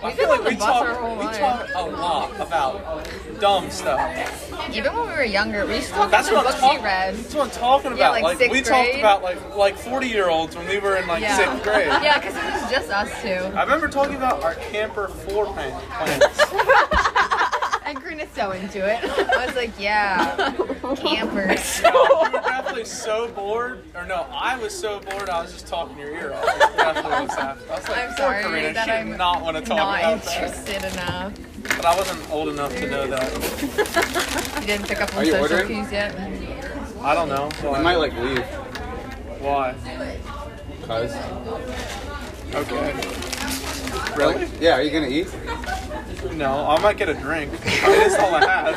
Speaker 6: I
Speaker 2: We've
Speaker 6: feel
Speaker 2: been
Speaker 6: like
Speaker 2: on the
Speaker 6: we
Speaker 2: bus
Speaker 6: talk,
Speaker 2: our whole
Speaker 6: we
Speaker 2: life.
Speaker 6: talk a lot about dumb stuff.
Speaker 2: Even when we were younger, we used to talk
Speaker 6: That's
Speaker 2: about
Speaker 6: what
Speaker 2: the books
Speaker 6: I'm talking.
Speaker 2: we read.
Speaker 6: That's what I'm talking about.
Speaker 2: like,
Speaker 6: like
Speaker 2: sixth
Speaker 6: we
Speaker 2: grade.
Speaker 6: talked about like like 40 year olds when we were in like
Speaker 2: Yeah.
Speaker 6: sixth grade.
Speaker 2: Yeah, because it was just us two.
Speaker 6: I remember talking about our camper floor plan plans.
Speaker 2: And Karina's so into it. I was like, yeah, campers.
Speaker 6: No, you were definitely so bored, or no, I was so bored. I was just talking your ear off. That's definitely what's happening. I was like,
Speaker 2: I'm
Speaker 6: poor
Speaker 2: sorry
Speaker 6: Karina,
Speaker 2: that
Speaker 6: she did
Speaker 2: I'm
Speaker 6: not want to talk
Speaker 2: Not
Speaker 6: about that.
Speaker 2: interested enough.
Speaker 6: But I wasn't old enough to know that.
Speaker 2: You didn't pick up
Speaker 6: Are
Speaker 2: on
Speaker 6: you
Speaker 2: social
Speaker 6: ordering?
Speaker 2: cues yet.
Speaker 6: I don't know. Why?
Speaker 9: like leave
Speaker 6: Why?
Speaker 9: because
Speaker 6: Okay. Really?
Speaker 9: yeah are you gonna eat
Speaker 6: No, I might get a drink. I mean, that's all I had.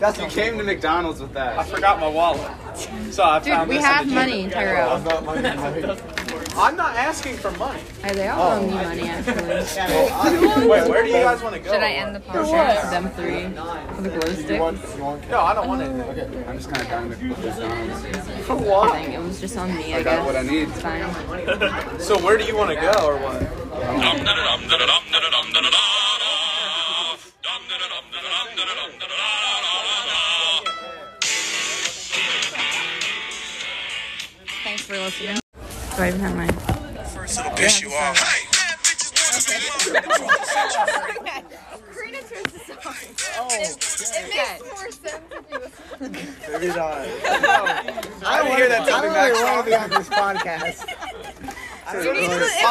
Speaker 9: that's you came to mcdonald's with
Speaker 6: I
Speaker 9: that
Speaker 6: forgot my wallet.
Speaker 10: So I
Speaker 11: Dude,
Speaker 10: found
Speaker 11: we
Speaker 10: this in
Speaker 11: have
Speaker 10: the
Speaker 11: money, Tyrell.
Speaker 3: Not my money.
Speaker 10: gym. I'm not asking for money.
Speaker 11: Hey, They all owe me money, actually. Should
Speaker 10: Wait, where do you guys want to go?
Speaker 11: I end the podcast? Them three for the glow
Speaker 3: You
Speaker 11: stick.
Speaker 3: want, you want
Speaker 10: No, I don't want it.
Speaker 12: Okay, I'm just kind of dying to put this down.
Speaker 10: For what?
Speaker 11: Thing. It was just on me, I
Speaker 12: I got what I
Speaker 11: guess.
Speaker 12: need.
Speaker 11: It's fine.
Speaker 10: So where do you want to go or what?
Speaker 11: Thanks for listening. Do I even have mine?
Speaker 13: First it'll piss you off. Hey, bad bitches want to be loved.
Speaker 3: Maybe not.
Speaker 10: I don't hear that
Speaker 3: I don't really want to be on this podcast.
Speaker 2: It's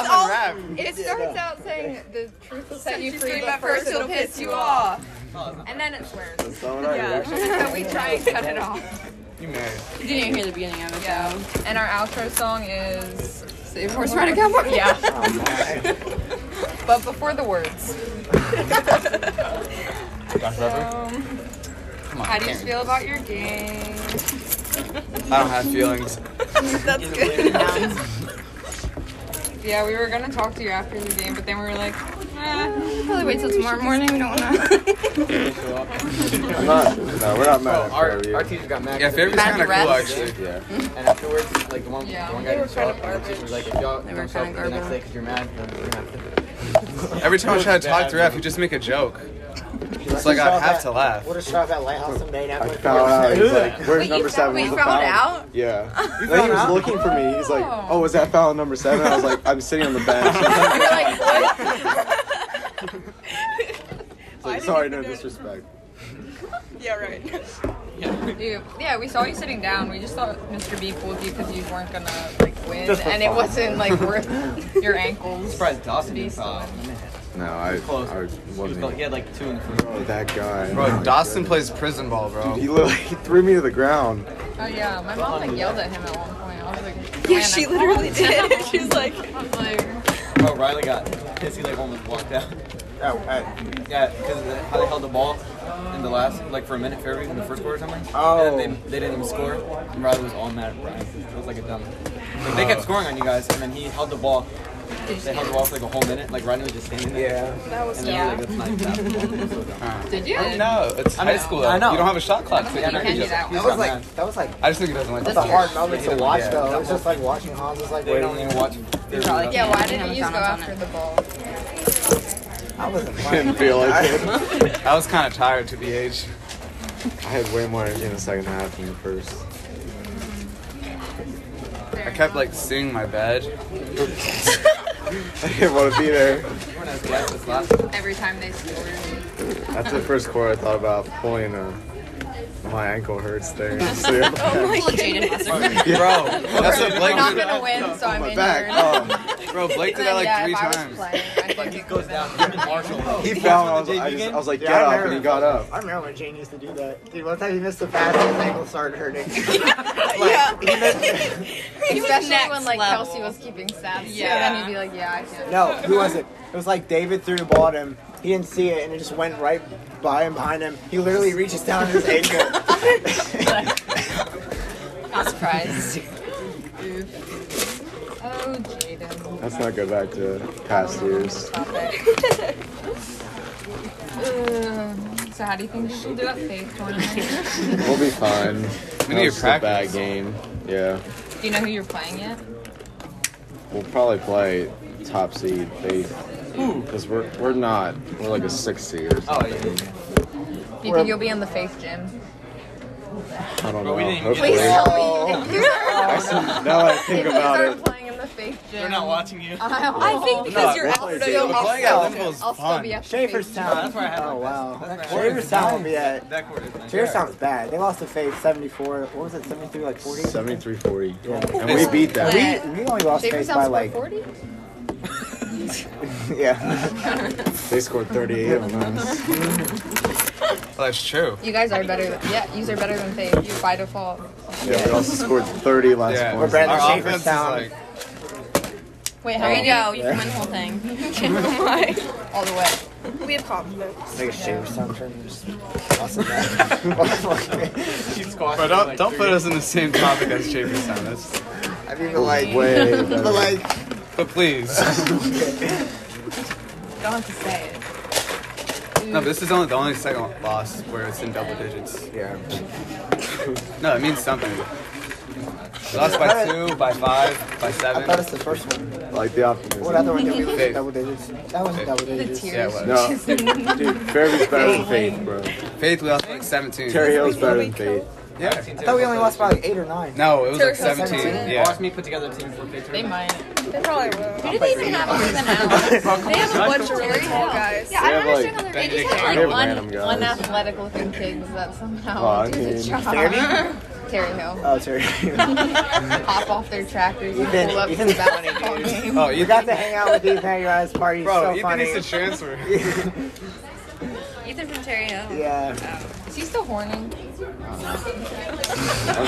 Speaker 2: all- It starts out saying the truth will set you free, but first it'll piss you off. And then it swears.
Speaker 3: That's not what I did, actually.
Speaker 2: So we try and cut it off.
Speaker 3: You may.
Speaker 11: You didn't hear the beginning of it, though.
Speaker 2: And our outro song is Save Horse Ride a Cowboy. Yeah. but before the words. How do you feel about your game?
Speaker 12: I don't have feelings.
Speaker 2: That's good. yeah, we were gonna talk to you after the game, but then we were like, eh, probably wait till tomorrow morning. We don't wanna.
Speaker 3: I'm not. No, we're not mad at
Speaker 6: Our,
Speaker 3: Fairview.
Speaker 6: our teacher got mad.
Speaker 12: Yeah, Fairview's kind of cool, actually.
Speaker 3: Yeah.
Speaker 6: And afterwards, like the one,
Speaker 2: Yeah.
Speaker 6: the one guy just saw, and the teacher was like, if y'all don't show up the next day because you're mad, then you're gonna have to
Speaker 12: Every time I try to talk to Raph, you just make a joke. It's like I have to laugh.
Speaker 5: We'll just show up at Lighthouse someday and
Speaker 3: I
Speaker 5: have
Speaker 3: found out. Uh, He's like, where's
Speaker 2: Wait,
Speaker 3: number
Speaker 2: you
Speaker 3: seven?
Speaker 2: found, wait, you
Speaker 3: Where's the
Speaker 2: found
Speaker 3: foul?
Speaker 2: out?
Speaker 3: Yeah. Like, he was looking for me. He's like, oh, was that foul number seven? I was like, I'm sitting on the bench.
Speaker 2: You're like, what?
Speaker 3: It's like, sorry, no disrespect.
Speaker 2: Yeah, right. Yeah. yeah, we saw you sitting down. We just thought Mr. B fooled you because you weren't gonna like win,
Speaker 3: Just for
Speaker 2: and it
Speaker 3: fun.
Speaker 2: wasn't like worth your ankles.
Speaker 6: surprise Dawson didn't
Speaker 2: Baseball.
Speaker 6: foul out. He
Speaker 3: No, I,
Speaker 6: Close.
Speaker 3: I
Speaker 6: was
Speaker 3: wasn't.
Speaker 6: close. He had like two in the first.
Speaker 3: Oh, that guy. Oh
Speaker 12: Bro,
Speaker 3: my
Speaker 12: Dawson plays
Speaker 3: goodness.
Speaker 12: prison ball, bro.
Speaker 3: He literally he threw me to the ground.
Speaker 2: Oh yeah, my mom like yelled at him at one point. I was like,
Speaker 11: Yeah,
Speaker 2: "Man,
Speaker 11: she
Speaker 2: I-
Speaker 11: literally did. She was like,
Speaker 2: I was like,
Speaker 6: Bro, Oh, Riley got hissy like almost walked out.
Speaker 3: Oh, hey.
Speaker 6: Yeah, because how they held the ball in the last, like for a minute, Fairview in the first quarter or something.
Speaker 3: Oh.
Speaker 6: And then they, they didn't even score. And Riley was all mad at Brian. It was like a dumb. Like, they kept scoring on you guys, and then he held the ball. They held the ball for like a whole minute. Like Riley was just standing there.
Speaker 3: Yeah.
Speaker 2: that was
Speaker 6: And then
Speaker 2: yeah.
Speaker 6: yeah. like, that's not even that. So dumb.
Speaker 2: Did you?
Speaker 12: No, it's
Speaker 6: I know.
Speaker 12: high school.
Speaker 6: I know.
Speaker 12: You don't have a shot clock. So you
Speaker 6: Yeah,
Speaker 12: can
Speaker 2: can't do
Speaker 12: just-
Speaker 2: that
Speaker 6: He's
Speaker 5: That was
Speaker 6: got mad.
Speaker 5: like that was like
Speaker 12: I just think he doesn't like
Speaker 5: that's a
Speaker 12: the
Speaker 5: hard moment to watch
Speaker 12: Yeah.
Speaker 5: though. It was just like watching Hans was like
Speaker 6: They
Speaker 5: waiting.
Speaker 6: don't even watch. Fairview.
Speaker 2: Yeah, why didn't you
Speaker 11: Yeah,
Speaker 2: go
Speaker 11: McDonald's
Speaker 2: after the ball?
Speaker 5: I wasn't
Speaker 3: Didn't
Speaker 5: playing.
Speaker 3: feel like it.
Speaker 12: I was kind of tired to be age.
Speaker 3: I had way more energy in the second half than the first.
Speaker 12: I kept like seeing my badge.
Speaker 3: I didn't want to be there.
Speaker 6: Everyone has gas this last.
Speaker 2: Every time they scored.
Speaker 3: After the first quarter, I thought about pulling a. My ankle hurts there.
Speaker 2: Oh
Speaker 3: So,
Speaker 12: Bro, that's what
Speaker 2: We're not
Speaker 12: Blake
Speaker 2: gonna win, so I'm
Speaker 3: my
Speaker 2: in
Speaker 3: back. Oh,
Speaker 12: did. Bro, Blake did that like
Speaker 2: yeah,
Speaker 12: three
Speaker 2: if
Speaker 12: times.
Speaker 2: I was playing, I
Speaker 6: Like he
Speaker 2: think
Speaker 6: goes down. Him and Marshall.
Speaker 3: he fell. I was, I, just, I was like, get up, and he got up.
Speaker 5: I remember when Jane used to do that. Dude, one time he missed a pass and his ankle started hurting. Like, he missed-
Speaker 2: especially when like Kelsey was keeping stats. Yeah, and then you'd be like, yeah, I can't.
Speaker 5: no, who was it? It was like David threw the ball at him. He didn't see it and it just went right by him, behind him. He literally reaches down his ankle.
Speaker 2: Not surprised. oh, Jaden.
Speaker 3: Let's not go back to past years.
Speaker 2: Uh, so how do you think she'll do at faith tournament?
Speaker 3: We'll be fine.
Speaker 12: We
Speaker 3: That
Speaker 12: need
Speaker 3: was
Speaker 12: to
Speaker 3: just a bad
Speaker 12: practice.
Speaker 3: game. Yeah,
Speaker 2: do you know who you're playing yet?
Speaker 3: we'll probably play top seed faith because we're we're not. We're like a six seed or
Speaker 6: Oh
Speaker 3: something.
Speaker 6: yeah.
Speaker 2: Do you think you'll be in the faith gym?
Speaker 5: Oh,
Speaker 3: I don't
Speaker 6: But
Speaker 3: know.
Speaker 6: we didn't
Speaker 3: Hopefully,
Speaker 2: me. If you start,
Speaker 3: now I think about it.
Speaker 2: playing in the faith gym,
Speaker 6: They're not watching you.
Speaker 2: I think because you're out, so I'll,
Speaker 12: Playing at Limbo is
Speaker 2: I'll still be
Speaker 12: fun.
Speaker 2: at the
Speaker 5: Schaefer's
Speaker 2: faith
Speaker 5: town.
Speaker 6: That's where I had
Speaker 5: Oh
Speaker 6: my best.
Speaker 5: wow.
Speaker 6: That's where I
Speaker 5: Schaefer's town will be at.
Speaker 6: That quarter. is nice.
Speaker 5: Schaefer's town's bad. They lost to Faith 74. What was it? 73 like 40.
Speaker 3: Seventy-three forty,
Speaker 5: Yeah.
Speaker 3: and we beat that.
Speaker 2: Wait.
Speaker 5: We, we only lost
Speaker 2: Schaefer's
Speaker 5: Faith by
Speaker 2: sounds
Speaker 5: like
Speaker 2: 40?
Speaker 5: yeah.
Speaker 3: They scored thirty-eight on us.
Speaker 12: That's true.
Speaker 2: You guys are better. Than, yeah, you are better than faith by default.
Speaker 3: Yeah, we also scored thirty last
Speaker 12: Yeah.
Speaker 5: We're
Speaker 3: point.
Speaker 5: Brandon
Speaker 12: Our
Speaker 5: Schaefer's
Speaker 12: offense is
Speaker 5: down.
Speaker 12: like
Speaker 2: Wait,
Speaker 1: how
Speaker 2: how
Speaker 1: There
Speaker 2: do
Speaker 1: you go.
Speaker 2: You
Speaker 1: You
Speaker 2: can
Speaker 1: can
Speaker 2: win the whole thing.
Speaker 1: All the way. We have compliments.
Speaker 5: Like a shoe or something. Just
Speaker 6: But don't, don't put us in the same topic as Jamestown. That's.
Speaker 5: I mean, but like,
Speaker 6: Way better.
Speaker 5: but like,
Speaker 6: But please.
Speaker 2: Don't have to say it.
Speaker 6: no, this is only the only second loss where it's in double digits. Yeah. no, it means something. Lost by two, by five, by seven. I thought it's the first one.
Speaker 11: Like the optimism.
Speaker 5: what other one did we lose? in Double digits. That was double digits.
Speaker 6: Yeah, it was.
Speaker 11: No. Dude, Fairview's better than Faith, bro.
Speaker 6: Faith, we lost by like 17.
Speaker 11: Terry Hill's better than Faith.
Speaker 6: Yeah.
Speaker 5: I thought we only lost by like eight or nine.
Speaker 6: No, it was like
Speaker 5: Terry Hill's
Speaker 6: 17.
Speaker 5: seventeen.
Speaker 6: Yeah.
Speaker 3: Watch me put together a team for Victor.
Speaker 2: They might.
Speaker 1: They probably will.
Speaker 2: Who do they even have over the now? They have a bunch of really tall guys.
Speaker 1: Yeah, I
Speaker 11: They have,
Speaker 1: don't understand
Speaker 11: like,
Speaker 1: how
Speaker 2: They
Speaker 1: they're
Speaker 2: just
Speaker 11: Benedict
Speaker 2: have
Speaker 11: They
Speaker 2: like
Speaker 11: have
Speaker 2: one,
Speaker 11: random guys.
Speaker 2: one athletic looking kid that somehow
Speaker 11: Oh, I
Speaker 2: does a
Speaker 11: mean-
Speaker 2: job.
Speaker 5: Fairview?
Speaker 2: Terry Hill.
Speaker 5: Oh, Terry.
Speaker 2: Pop off their tractors and
Speaker 5: Ethan,
Speaker 2: pull up to
Speaker 5: Ethan's
Speaker 2: the basketball game.
Speaker 6: Oh,
Speaker 5: you got to hang out with Ethan at your ass party.
Speaker 6: Bro,
Speaker 5: so
Speaker 6: Ethan
Speaker 5: funny.
Speaker 6: needs to transfer.
Speaker 2: Ethan from Terry Hill.
Speaker 5: yeah.
Speaker 2: Is he still horny?
Speaker 11: Aren't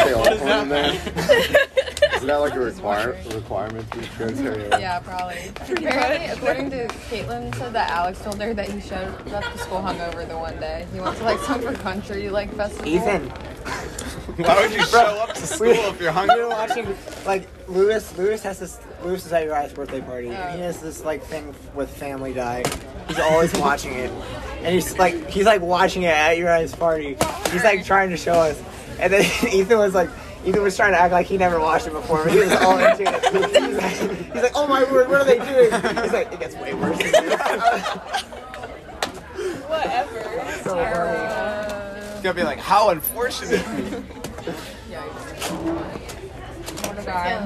Speaker 11: they all born in there? Isn't that like a require, requirement for transfer?
Speaker 2: Yeah, probably. Apparently, according to Caitlin, said that Alex told her that he showed up to school hungover the one day. He went to like some for country like festival.
Speaker 5: Ethan.
Speaker 6: Why would you show up to school if you're hungry?
Speaker 5: We were watching, like Lewis. Lewis has this. Lewis is at your guy's birthday party, and he has this like thing with Family Die. He's always watching it, and he's like, he's like watching it at your guy's party. He's like trying to show us, and then Ethan was like. Ethan was trying to act like he never watched it before, but he was all into it. He's like, he's like, "Oh my word, what are they doing?" He's like, "It gets way worse." Than this."
Speaker 2: Whatever.
Speaker 5: so horny.
Speaker 6: You're gonna be like, how unfortunate.
Speaker 2: What a guy.